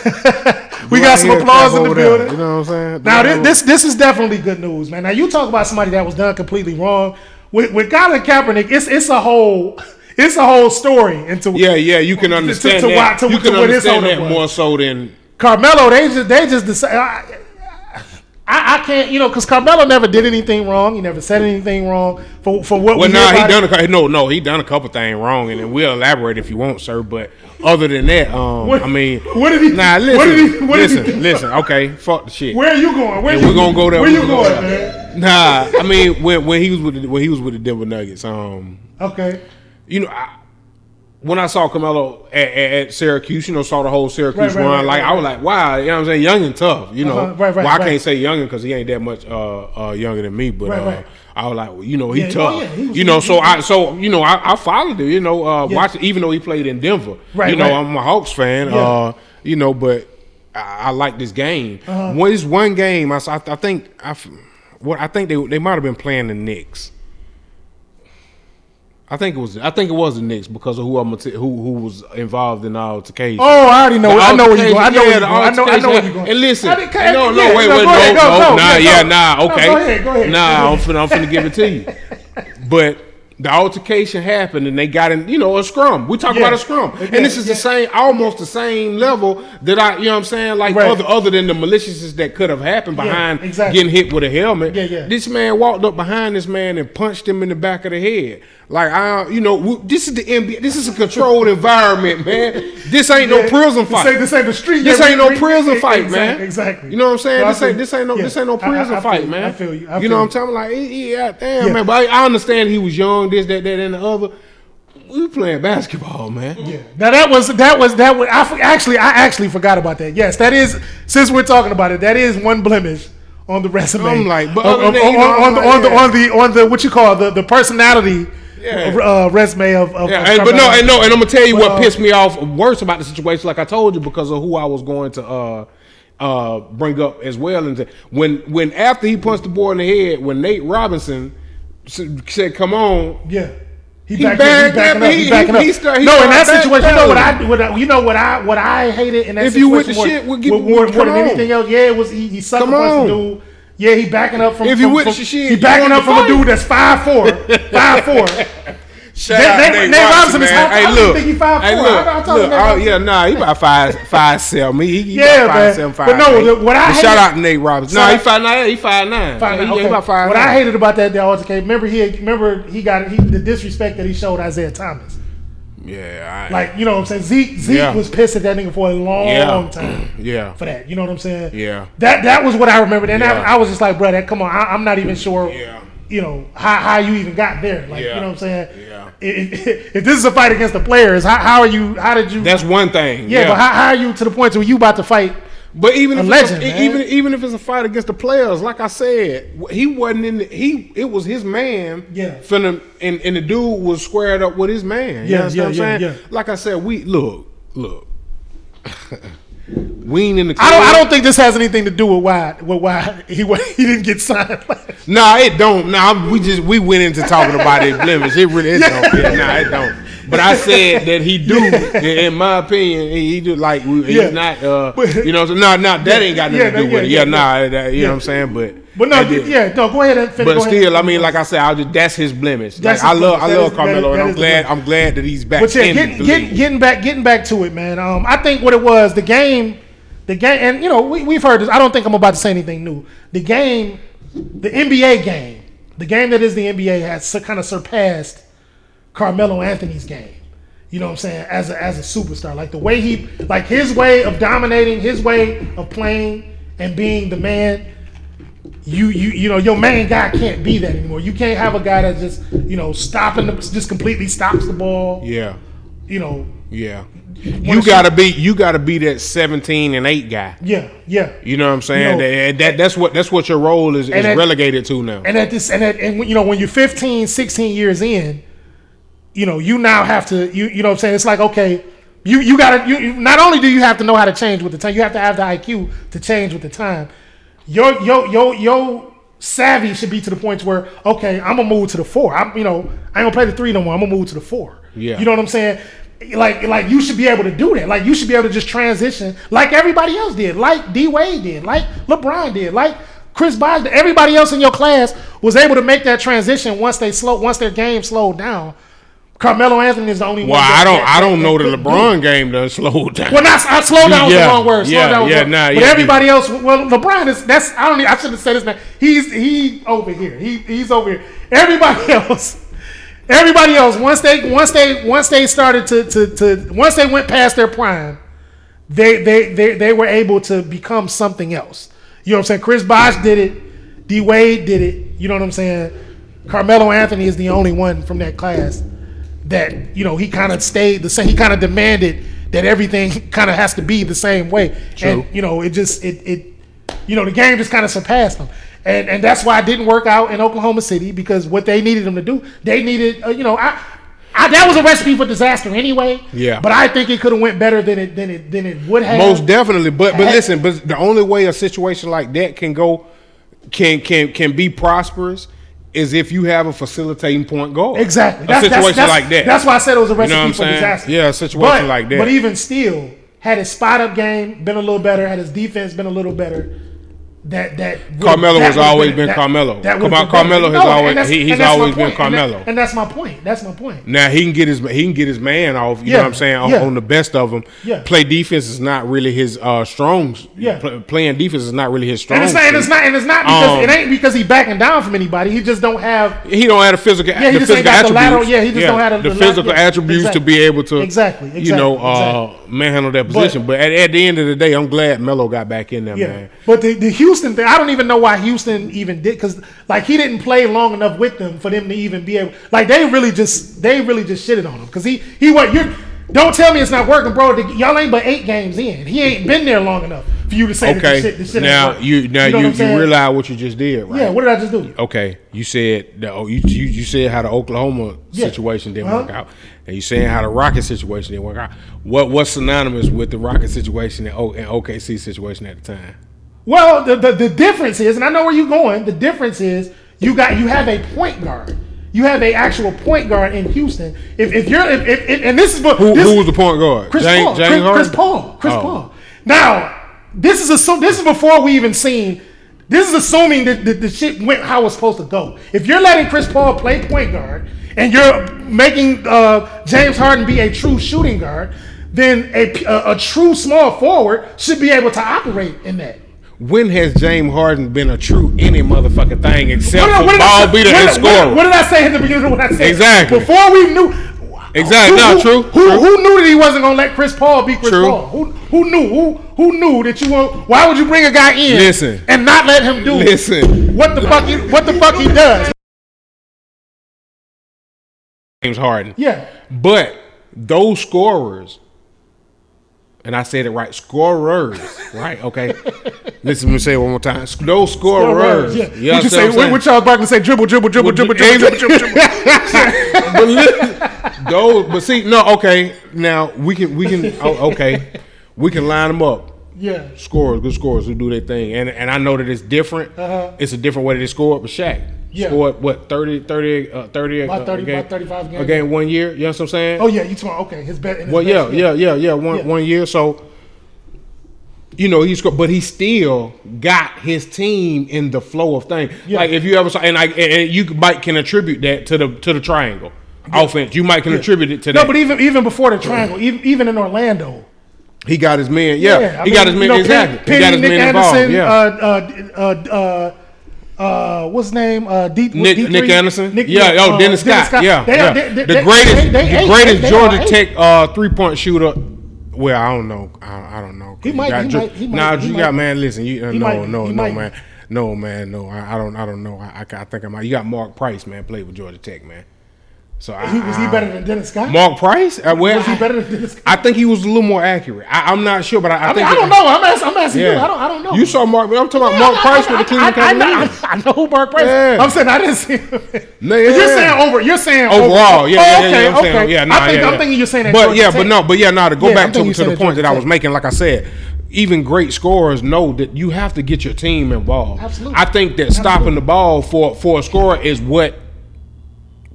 Do
got
out
some
here
applause
clap
in the
over there.
building.
You know what I'm saying?
Now
Do
this,
out-
this this is definitely good news, man. Now you talk about somebody that was done completely wrong with with Colin Kaepernick. It's it's a whole it's a whole story into
Yeah, yeah, you can understand
to why-
that.
to-
You
to
can
what his
understand
owner
that
was.
more so than
Carmelo, they just they just decided. I, I, I can't, you know, because Carmelo never did anything wrong. He never said anything wrong for for what.
Well,
we
nah,
hear
he
about
done a
it.
cou- no, no, he done a couple things wrong, and then we'll elaborate if you want, sir. But other than that, um,
What-
I mean,
what did he-
Nah,
what
listen,
did he- what did he
listen,
do?
listen. Okay, fuck the shit.
Where are you going? Where
Yeah,
you,
we gonna go there.
Where
We
you
gonna go
going,
there.
man?
Nah, I mean when when he was with the, when he was with the Denver Nuggets, um,
Okay.
you know, I, when I saw Carmelo at, at, at Syracuse, you know, saw the whole
Right,
Syracuse
right,
run,
right,
like
right,
I was like, wow, you know what I'm saying, young and tough, you know.
Uh-huh, right, right,
well, I
right.
can't say younger because he ain't that much uh, uh, younger than me, but
Right,
uh,
right.
I was like, well, you know, he
Yeah, oh,
tough,
yeah, he was-
you know.
he-
so
he-
I, so you know, I, I followed him, you know, uh,
Yeah.
watching even though he played in Denver,
Right,
You know,
right.
I'm a Hawks fan,
Yeah.
uh, you know, but I, I like this game.
Uh-huh.
What is one game? I, s- I- I think I, f- what I think they they might have been playing the Knicks. I think it was. I think it was the Knicks because of who I'm, who who was involved in the altercation.
Oh, I already know.
The
I know where you
altercation-
go. I know
yeah,
where you go. I know. I know
the
where
altercation.
you go.
And listen,
I didn't- I
no,
didn't-
no,
yeah,
wait, wait,
go
no,
ahead, go,
no,
go,
nah, yeah,
yeah, go.
nah,
No,
okay,
go ahead, go ahead.
nah, I'm finna, I'm finna give it to you. But the altercation happened, and they got in, you know, a scrum. We talk
Yeah.
about a scrum, and
Yeah,
this is the same, almost the same level that I, you know, what I'm saying, like
Right.
other other than the maliciousness that could have happened behind
exactly.
getting hit with a helmet.
Yeah, yeah.
This man walked up behind this man and punched him in the back of the head. Like I, you know, we, this is the NBA. This is a controlled environment, man. This ain't no
Yeah.
prison
This
fight.
ain't, this ain't the street.
This
yeah,
ain't no
we- we-
prison
e-
fight,
exact-
man.
Exactly.
You know what I'm saying?
No, I
this
feel
ain't
you.
this ain't no
Yeah.
this ain't no
I- I-
prison
I feel
fight,
you.
man.
I feel you. I feel
you know
you.
what I'm telling? Like, eh, yeah, damn,
Yeah.
man. But I, I understand he was young, this, that, that, and the other. We playing basketball, man.
Yeah. Now that was that was that was I for- actually I actually forgot about that. Yes, that is since we're talking about it, that is one blemish on the resume.
I'm like, but
On-
other
on
than- you know,
on- on the
I'm
on
like,
the
yeah.
on the on the what you call the the personality
Yeah.
uh, resume of, of
Yeah,
of
and, but no,
Carmelo.
and no, and I'm gonna tell you
But,
what
uh,
pissed me off worse about the situation. Like I told you, because of who I was going to uh, uh, bring up as well. And when when after he punched the boy in the head, when Nate Robinson s- said, "Come on,"
Yeah. He,
He
back
bagged
he backing
up.
up.
He-
He backing
he-
up.
he start- he
no, in
started
that
back
situation, you know what I,
pedaling.
what I, you know what I, what I hated in that
If you
situation.
with the
more-
shit, we'll get-
more-
we'll
more
come
than
on.
anything else. Yeah, it was he, he sucked
Come
a bunch
on.
of dude. Yeah, he backing up from.
If you
from-
with
from-
the shit,
he
you
backing
want
up
to
from a
fight.
dude that's five four, five four.
Shout
Nate-
out
Nate-
Nate,
Nate
Robinson,
Robinson is
man.
how-
hey,
how do you
look,
think he 5'4"?
hey,
How
look,
about I told you
look,
Nate
oh,
Robinson?
yeah, nah, he about five, five, seven. He, he
Yeah,
about five,
man.
seven,
But
five.
no,
eight.
the- what I
But shout
hate-
out to Nate Robinson.
So-
nah, he five nine. He five nine.
Five,
yeah, he,
okay.
he about five.
what
nine.
I hated about that that altercation, remember he had- remember he got he, the disrespect that he showed Isaiah Thomas.
yeah, I,
Like you know what I'm saying? Zeke Zeke
Yeah.
was pissed at that nigga for a long
yeah,
time.
yeah.
for that. You know what I'm saying?
Yeah.
That that was what I remembered, and
Yeah.
I, I was just like, bro, that come on, I, I'm not even sure.
Yeah.
You know how, how you even got there? Like
Yeah.
you know what I'm saying?
Yeah.
If, if, if this is a fight against the players, how, how are you? How did you?
That's one thing.
yeah, But how, how are you to the point where you about to fight?
But even
A
if
legend, man.
it's a, e- even even if it's a fight against the players, like I said, wh- he wasn't in. The, he it was his man.
Yeah.
Finna, and and the dude was squared up with his man. You
Yeah,
understand
yeah,
what I'm
yeah,
saying? Like I said, we look, look. we ain't in the.
I don't. I
club.
don't think this has anything to do with why with why he wa- he didn't get signed.
Nah, it don't. Nah, I'm- we just we went into talking about it blemish. It really it don't. Yeah, nah, it don't. But I said that he do. in- In my opinion, he, he do like we, he's
Yeah.
not. Uh,
But-
you know, so, nah, nah, that ain't got nothing
Yeah,
to do
yeah,
with it.
yeah,
Yeah, nah, that, you know what I'm saying. But
but no,
I did.
yeah, no. Go ahead and finish.
But still, I mean, like I said, I just that's his blemish.
That's
like,
his
I love,
blemish.
I
That
love
is-
Carmelo,
that is-
and I'm
that is
glad,
the
I'm glad that he's back.
But yeah,
in the
getting,
league.
getting getting back getting back to it, man. Um, I think what it was the game, the game, and you know we we've heard this. I don't think I'm about to say anything new. The game, the NBA game, the game that is the NBA has su- kind of surpassed Carmelo Anthony's game. You know what I'm saying? As a as a superstar, like the way he like his way of dominating, his way of playing and being the man you you you know your main guy can't be that anymore. You can't have a guy that just you know stopping the, just completely stops the ball.
yeah,
You know,
yeah.
Wanna
You
see-
gotta be, you gotta be that 17 and eight guy.
yeah, yeah.
You know what I'm saying?
No.
That, that that's what that's what your role is, is
that-
relegated to now.
And at this and at and you know when you're 15, 16 years in, you know you now have to you you know what I'm saying it's like okay. You, you gotta you you- not only do you have to know how to change with the time, you have to have the IQ to change with the time. Your your your your savvy should be to the point where, okay, I'm gonna move to the four. I'm you know, I ain't gonna play the three no more, I'm gonna move to the four.
Yeah.
You know what I'm saying? Like like you should be able to do that. Like you should be able to just transition like everybody else did, like D Wade did, like LeBron did, like Chris Bosh, did. everybody else in your class was able to make that transition once they slow once their game slowed down. Carmelo Anthony is the only
well,
one.
I
that-
don't
that-
I don't
that-
know
that couldn't
the
do it.
LeBron game done slowed down.
Well, not I slow down was
Yeah,
the wrong word. Slow
yeah,
down was
yeah,
the,
nah,
but
yeah,
everybody else, well, LeBron is that's I don't I shouldn't have said his name. He's he over here. He he's over here. Everybody else, everybody else. Once they once they once they started to to to once they went past their prime, they they they they were able to become something else. You know what I'm saying? Chris Bosh did it. D Wade did it. You know what I'm saying? Carmelo Anthony is the only one from that class that you know he kind of stayed the same. He kind of demanded that everything kind of has to be the same way.
True.
And you know it just it it you know the game just kind of surpassed him. And and that's why it didn't work out in Oklahoma City because what they needed him to do, they needed uh, you know I. I, that was a recipe for disaster anyway.
Yeah.
But I think it could have went better than it than it than it would have.
Most definitely, but but
Hey.
listen, but the only way a situation like that can go, can can can be prosperous, is if you have a facilitating point guard.
Exactly.
a situation like that.
That's why I said it was a recipe
what I'm
for
saying?
disaster.
Yeah, a situation
But-
like that.
But even still, had his spot up game been a little better, had his defense been a little better, that that would-
Carmelo
that
has
would've
always been
that-
Carmelo.
That would've
Come
been
on,
better.
Carmelo has
and
always-
that's-
he- he's
and that's my
always been
point. And that-
Carmelo.
and that's my point. That's my point.
Now he can get his he can get his man off. You
Yeah,
know what I'm saying on,
yeah.
on the best of them.
Yeah.
Play defense is not really his uh, strong.
Yeah.
Pl- playing defense is not really his strong.
And it's not. And it's
suit.
not. And it's not because
Um,
it ain't because he backing down from anybody. He just don't have
He don't have the physical.
he
the
just
physical
ain't got the
attributes.
lateral- yeah, he just don't have the-
the
the la-
physical
yeah,
attributes to
exactly.
be able to
Exactly,
You know,
exactly,
uh, manhandle that position. But, at, at the end of the day, I'm glad Melo got back in there,
Yeah,
man.
but the, the Houston thing, I don't even know why Houston even did because like he didn't play long enough with them for them to even be able. Like they really just they really just shitted on him because he he what you don't tell me it's not working, bro. The- y'all ain't but eight games in. He ain't been there long enough for you to say that
Okay,
the shit, the shit
now
ain't working.
you now
know what
you,
I'm
you
saying?
realize what you just did, right?
Yeah, what did I just do?
okay, you said the, oh, you, you you said how the Oklahoma
Yeah.
situation didn't work
Uh-huh.
out, and you saying how the Rocket situation didn't work out. What what's synonymous with the Rocket situation and, o, and OKC situation at the time?
Well, the, the the difference is, and I know where you're going. The difference is you got you have a point guard. You have a actual point guard in Houston. If, if you're if, if, if- and this is what
Who,
this,
who was the point guard?
Chris
James-
Paul.
James
Chris, Chris
Harden?
Paul. Chris
Oh.
Paul. Now, this is assume, this is before we even seen. This is assuming that the, the shit went how it's supposed to go. If you're letting Chris Paul play point guard and you're making uh, James Harden be a true shooting guard, then a, p- a- a true small forward should be able to operate in that.
When has James Harden been a true any motherfucking thing except
What did I- what did
for
I
ball
say- what
beater
did- what
and
did-
scorer?
What did I say at the beginning of what I said?
Exactly.
Before we knew.
Exactly.
Who,
No,
who-
true,
Who,
true.
who knew that he wasn't gonna let Chris Paul be Chris
True.
Paul? Who who knew? Who who knew that you won't? Why would you bring a guy in?
Listen.
And not let him do
Listen.
what the fuck? He, what the fuck he does?
James Harden.
Yeah.
But those scorers, and I said it right, scorers, right? Okay. Listen, let me say it one more time. Sc- Those scorers.
Yeah.
You
what you say?
understand what
What,
I'm
what
saying?
Charles Barkley say? Dribble, dribble, dribble, dribble, dribble, dribble, dribble,
but listen, those, but see, no, okay. Now we can, we can, oh, okay, we can line them up.
Yeah.
Scorers, good scorers who do their thing, and and I know that it's different.
Uh-huh.
It's a different way that they scored, but Shaq
Yeah.
scored what 30, 30, uh, 30,
About
uh,
30,
a game,
about 35
a
games.
game one year. You know what I'm saying?
Oh yeah, you talking? Okay, his bet.
Well, yeah, yeah, yeah, yeah. One
Yeah.
one year, so you know he's go- but he still got his team in the flow of things.
Yeah.
Like if you ever saw, and I and and you might can attribute that to the to the triangle offense. You might can attribute it to that.
No, but even even before the triangle, even even in Orlando,
he got his man. Yeah,
I
he
mean,
got his man
you know, Penny-
exactly. he
Penny,
got his
Nick
man involved.
Anderson,
yeah.
uh, uh, uh, uh, uh, what's his name? Uh, D, was
Nick,
D3?
Nick Anderson, yeah, oh Dennis, Scott, yeah,
uh, They
yeah.
are- they- they-
the
they-
greatest,
they- they
the
eight.
greatest
They are
Georgia
eight.
Tech uh, three point shooter. Well, I don't know, I, I don't know.
He
You
might-
got
he
Dre-
might- he might-
Nah,
he
you
might-
got man. Listen, you uh, no,
might-
no,
he
no,
might.
man, no, man, no. I, I don't, I don't know. I, I, ca- I think I might. You got Mark Price, man, played with Georgia Tech, man. So I,
He, was he
I-
better than Dennis Scott?
Mark Price? Uh, well,
was he better than Dennis Scott?
I think he was a little more accurate. I, I'm not sure, but I, I,
I, mean,
think
I
that-
don't know. I'm asking, I'm asking you. I don't, I don't know.
You saw Mark? I'm talking about
Yeah,
Mark
I-
Price
I-
with the
I-
Cleveland
I, know-
Cavaliers.
I, know who Mark Price.
Yeah.
I'm saying I didn't see him.
No,
You're
yeah, yeah.
saying over. You're saying
overall, yeah, yeah,
Oh,
yeah,
okay,
yeah, I'm
okay.
saying, yeah, nah,
I think
yeah,
I'm
yeah.
thinking you're saying that.
But
Georgia
yeah,
Tech.
but no, but yeah, no. To go
Yeah, I'm
back
thinking
to,
you
to the
said
point
Georgia
that I was
Tech.
making, like I said, even great scorers know that you have to get your team involved.
Absolutely.
I think that stopping the ball for for a scorer is what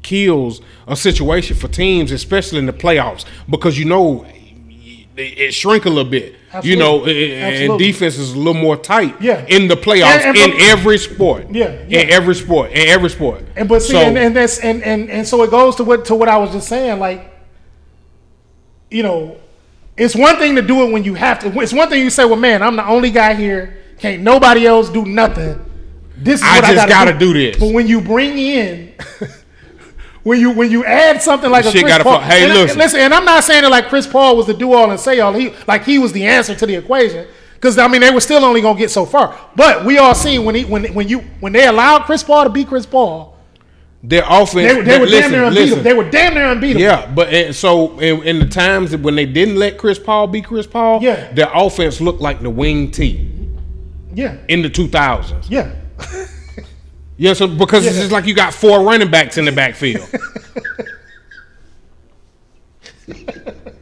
kills a situation for teams, especially in the playoffs, because you know. It, it shrink a little bit, you
Absolutely.
know, and- and,
Absolutely.
defense is a little more tight
Yeah.
in the playoffs
And- and
in
from-
every sport.
Yeah, yeah.
in every sport, in every sport.
And but see,
So-
and, and that's and, and and so it goes to what to what I was just saying. Like, you know, it's one thing to do it when you have to. It's one thing you say, "Well, man, I'm the only guy here. Can't nobody else do nothing. This is
I
what I
just
gotta,
gotta do this.
But when you bring in. When you when you add something like a
Shit
Chris
gotta
Paul,
fuck- hey,
and I-
listen.
listen, and I'm not saying that like Chris Paul was the do all and say all. He like he was the answer to the equation Because I mean, they were still only gonna get so far. But we all seen when he when when you when they allowed Chris Paul to beat Chris Paul,
Their offense.
they, were- they were damn
listen,
near unbeatable.
listen.
They were damn near unbeatable.
Yeah, but and so in, in the times that when they didn't let Chris Paul be Chris Paul,
Yeah.
their offense looked like the wing tee
yeah,
in the 2000s.
yeah.
Yeah, so because it's just like you got four running backs in the backfield.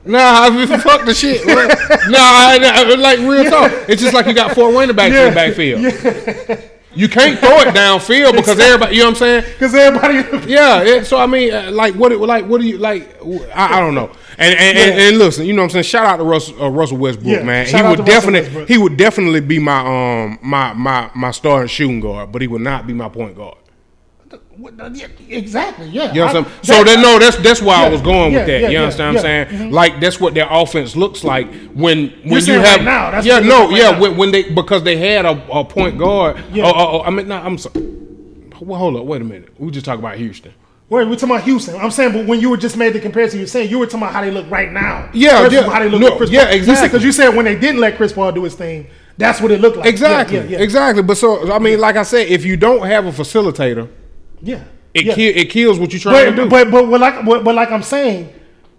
nah, I mean, fuck the shit. bro. nah, I, I- like real talk. It's just like you got four running backs in the backfield. You can't throw it downfield because everybody, you know what I'm saying?
Because everybody,
Yeah, it, so I mean, uh, like, what, like, what do you like? w- I, I don't know. And and, and
Yeah.
and listen, you know what I'm saying. Shout out to Russell, uh, Russell Westbrook,
Yeah,
man.
shout
he
out
would
to Russell
definitely
Westbrook.
he would definitely be my um my my my starting shooting guard, but he would not be my point guard.
exactly. Yeah.
You know what I'm
I-
saying? so that no, that's that's why I
yeah,
was going
yeah,
with that.
yeah,
you
yeah,
understand what I'm
yeah, Mm-hmm.
saying? Like that's what their offense looks like when when you
saying
have
right now, that's
yeah
what it
no
looks like
yeah
now. Mm-hmm.
when, when they because they had a, a point guard.
Yeah.
Oh, oh, oh, I mean, no, I'm sorry. Well, hold up, wait a minute. We just talked about Houston.
Wait, we're talking about Houston. I'm saying, but when you were just made the comparison, you're saying you were talking about how they look right now.
Yeah,
versus
yeah.
how they look
No,
with Chris
yeah,
Paul.
exactly.
Because you, said when they didn't let Chris Paul do his thing, that's what it looked like. Yeah,
Exactly.
Yeah, yeah,
Exactly. But so I mean, like I said, if you don't have a facilitator,
yeah.
it
yeah.
ki- it kills what you're trying to
But but
do.
but, but like but, but like I'm saying,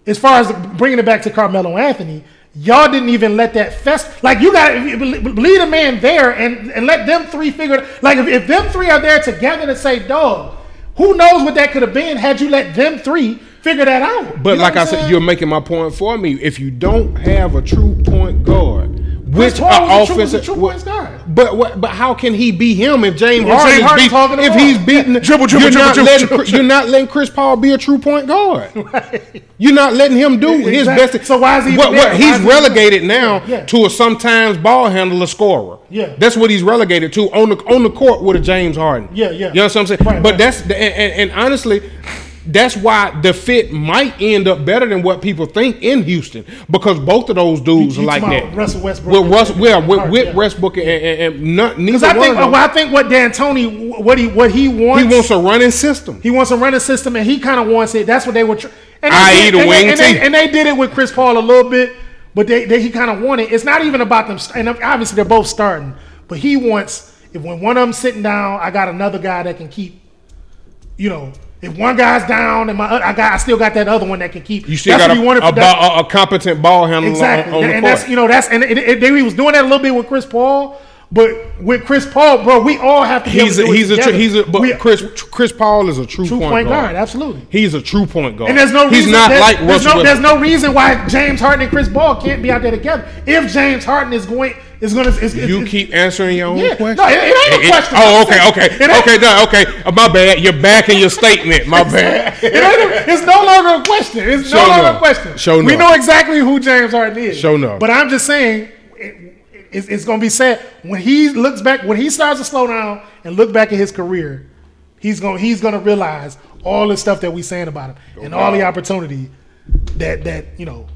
as far as bringing it back to Carmelo Anthony, y'all didn't even let that fest. Like you got lead a man there and and let them three figure. it- Like if, if them three are there together to say, dog, who knows what that could have been had you let them three figure that out. You
But
know
like
what
I
I'm
said,
saying?
you're making my point for me. If you don't have a true point guard,
Chris
which
Paul was a true- was
offensive,
a true
what-
point guard.
but what, but how can he be him if James
If James
Harden
Harden's hogging the
is beat, if
ball.
he's beating
Dribble, dribble,
you're
dribble,
not
dribble,
letting
dribble,
Chris- you're not letting Chris Paul be a true point guard. You're not letting him do his
Exactly.
best.
So why is he even
What,
there?
what-
Why
he's
is he even
relegated now
Yeah.
to a sometimes ball handler scorer.
Yeah.
that's what he's relegated to on the on the court with a James Harden.
Yeah, yeah.
You know what I'm saying?
Right,
but
right.
that's the, and, and, and honestly, that's why the fit might end up better than what people think in Houston because both of those dudes
You-
are
you
like
talking
that.
about Russell Westbrook
With
and-
Russ, yeah, with,
Harden,
with
yeah.
Westbrook and, and, and not, neither
Because I think
one
well,
of them.
I think what Dan Tony what he what he wants
He wants a running system.
he wants a running system and he kind of wants it. That's what they were. Tr- and they
I.e. the
and
wing
they, and, they,
tee.
and they did it with Chris Paul a little bit, but they, they he kind of wanted. It's not even about them. st- And obviously they're both starting, but he wants if when one of them's sitting down, I got another guy that can keep. You know, if one guy's down and my oth- I got I still got that other one that can keep.
you still
That's
got
what
a,
he wanted
a,
for that-
bo- a, a competent ball handler on-
Exactly,
on,
and,
the
and
court.
that's you know that's and it, it, they, he was doing that a little bit with Chris Paul, but with Chris Paul, bro, we all have to. be able
he's
to
a,
do it
he's a tr-
together.
he's a but
We-
Chris Chris Paul is a true,
true
point,
point
guard.
guard, absolutely.
He's a true point guard.
And there's no
he's
reason
not
there's,
like
there's
Russell.
no,
Westbrook.
there's no reason why James Harden and Chris Paul can't be out there together. If James Harden is going is going to is, is,
You
is-
keep answering your own
yeah.
question.
No, it, it ain't
It-
a
it-
question.
oh,
I'm
okay,
saying-
okay,
It ain't,
okay, no, okay. Uh, my bad. You're back in your statement. My bad.
It ain't, it's no longer a question. It's no
Show
longer
no.
a question.
Show
we
no.
know exactly who James Harden is.
Show no.
But I'm just saying, it, it's, it's going to be sad when he looks back when he starts to slow down and look back at his career. He's going he's going to realize all the stuff that we saying about him and all the opportunity that that you know.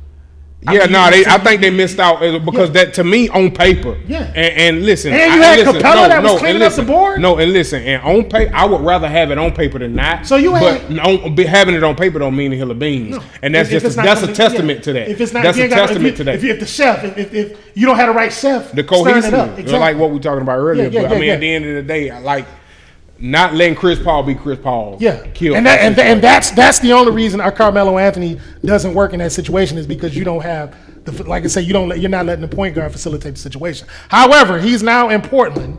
I
Yeah,
mean,
no, they,
it's-
I think they missed out uh, because that to me on paper.
Yeah.
And, and listen,
And you
I-
had
listen,
Capella that was
and
cleaning up the
listen,
board?
No, and listen, and on paper, I would rather have it on paper than not.
So you
but
ain't-
on, be- having it on paper don't mean a hill of beans,
No.
and that's
If- if
just
it's not
that's a
coming-
testament
yeah.
to that.
If it's not, if
that's
you
a
ain't got- if
testament
you-
to that.
If, you- if the chef, if, if, if you don't have the right chef,
the
stirring
cohesive,
it up, exactly.
like what we talking about earlier.
Yeah, yeah,
but
yeah,
I mean,
yeah.
at the end of the day, I like not letting Chris Paul be Chris Paul.
yeah,
kill
and that, and, that- and that's that's the only reason our Carmelo Anthony doesn't work in that situation is because you don't have the like I say you don't let, you're not letting the point guard facilitate the situation. However, he's now in Portland,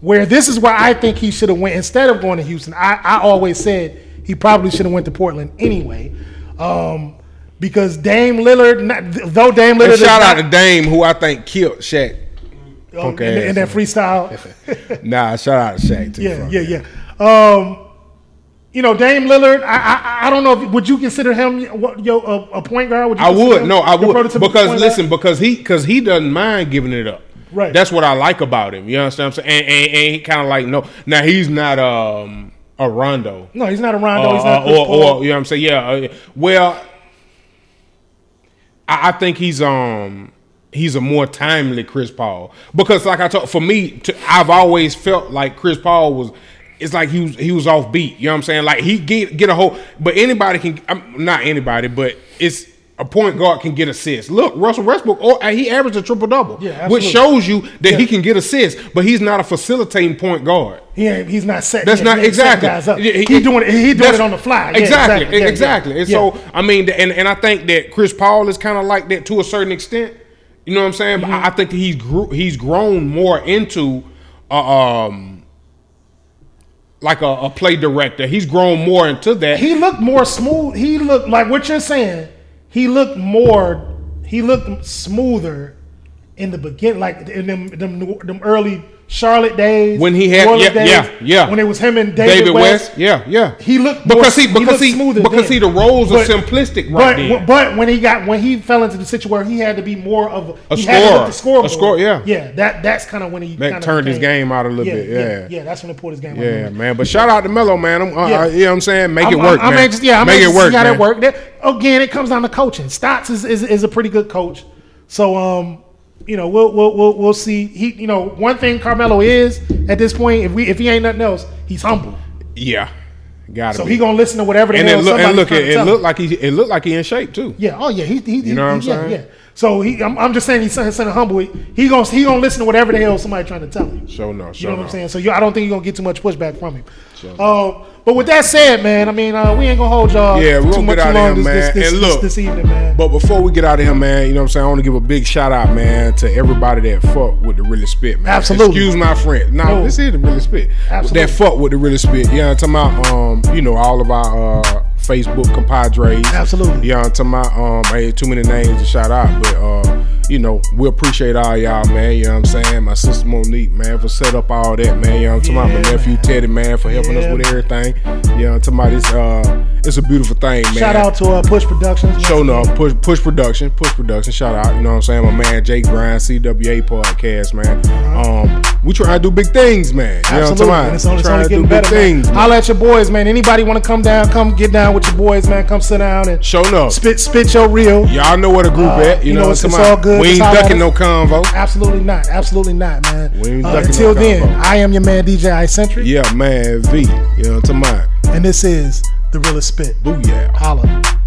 where this is where I think he should have went instead of going to Houston. I, I always said he probably should have went to Portland anyway. Um, because Dame Lillard, not, though Dame Lillard,
And
is
shout
not-
out to Dame, who I think killed Shaq.
Oh,
Punk
in,
ass.
in that freestyle.
nah, shout out to Shaq. Too,
yeah,
fuck
yeah,
it.
yeah. Um, you know, Dame Lillard. I, I, I don't know. If, would you consider him what, your a, a point guard? Would you
I
consider
would
him
no, I
your
would
prototypical
because
point
listen,
guard?
because he because he doesn't mind giving it up.
Right.
That's what I like about him. You understand what I'm saying? And, and, and he kind of like no. Now he's not um a Rondo.
no, he's not a Rondo. he's
Uh,
not Chris
or,
Paul.
or you know what I'm saying? Yeah. uh, well, I, I think he's um he's a more timely Chris Paul because like I talk for me, to, I've always felt like Chris Paul was. It's like he was he was off beat. You know what I'm saying? Like he get get a whole, but anybody can. I'm, not anybody, but it's. A a point guard can get assists. Look, Russell Westbrook, oh, he averaged a triple double,
Yeah,
which
absolutely.
shows you that
Yeah.
he can get assists, but he's not a facilitating point guard.
He ain't, he's not setting.
That's
yeah,
not
he ain't setting
exactly.
Guys up.
Yeah,
He, doing it. He doing
that's-
it on the fly. Yeah,
exactly,
yeah, yeah.
exactly. And
Yeah.
so I mean, and and I think that Chris Paul is kind of like that to a certain extent. You know what I'm saying? But
Mm-hmm.
I I think that he's grew, he's grown more into, uh, um, like a, a play director. He's grown more into that.
he looked more smooth. He looked like what you're saying. He looked more. He looked smoother in the beginning, like in them them, new- them early Charlotte days
When he had-
Orleans
yeah, yeah, yeah.
When it was him and David,
David
West.
West. Yeah, yeah.
He looked more-
because he because
looked
he,
smoother
because
then.
he the roles
But-
are simplistic
But
right then.
but when he got when he fell into the situation where he had to be more of
A
he had to
scorer.
look the scoreboard.
A scorer, yeah.
yeah. That that's kind of when he
That
kinda
turned his
became-
game out a little
yeah,
bit, yeah.
yeah, That's when it pulled his game. out.
Yeah, man. But shout out to Melo, man. I'm, uh,
Yeah.
uh, you know what I'm saying? Make
I'm,
it work,
I'm,
man.
anxious- yeah, I'm
Make
anxious
it work,
to see how
man.
that work. That, again, it comes down to coaching. Stotts is, is, is a pretty good coach, so um, you know, we'll we'll we'll, we'll see. He, you know, one thing Carmelo is at this point, if we if he ain't nothing else, he's humble.
Yeah, gotta
So
be.
he gonna listen to whatever the
and
hell
it look,
somebody's
and look,
trying
it,
to tell
it
him.
looked like he it looked like he in shape too.
Yeah. Oh yeah. He. he, he
You know what I'm
he- yeah,
saying?
Yeah. So he. I'm, I'm just saying he's son- son of humble. He, he gonna he gonna listen to whatever the hell somebody trying to tell him.
So no, so
You know
no.
what I'm saying? So you, I don't think you're gonna get too much pushback from him.
Sure.
Uh, but with that said, man, I mean, uh, we ain't gonna hold y'all.
Yeah, we
too
gonna
much
get
too
outta here,
long this,
man.
This, this,
And
this-
look-
this, evening, man.
But before we get out of here, man, you know what I'm saying? I want to give a big shout out, man, to everybody that fuck with the really spit, man.
Absolutely.
Excuse my friend. Nah,
No.
this is the really spit.
Absolutely.
That fuck with the really spit. You know what I'm talking about? Um, you know, all of our uh, Facebook compadres.
Absolutely.
You know what I'm talking about? Um, I ain't too many names to shout out, but uh, you know, we appreciate all y'all, man. You know what I'm saying? My sister Monique, man, for set up all that, man. You know what I'm talking about?
Yeah,
My nephew
man.
Teddy, man, for helping us
Yeah,
with
man.
everything. You know what I'm talking about? It's uh it's a beautiful thing, man.
Shout out to uh, Push Productions. man.
Showing up, push push production, push production. Shout out, you know what I'm saying, my man Jake Grind, CWA podcast, man. Um, we trying to do big things, man. You
Absolutely.
know what I'm
and
talking
it's
about?
only, it's
trying
only
to
getting
do big
better.
things.
man.
man.
Holla at your boys, man. Anybody want to come down? Come get down with your boys, man. Come sit down and
Showing up.
spit spit your reel.
Y'all know where the group at. You, know, what I'm
Uh, it's
talking
all
about?
good.
We
It's
ain't
all
ducking no
right.
convo.
Absolutely not. Absolutely not, man.
We ain't
Uh,
ducking
until
no
then,
combo.
I am your man, DJ Icentric,
Yeah, man, V. You know what I'm talking about?
and this is The Realest Spit.
Booyah.
Holla.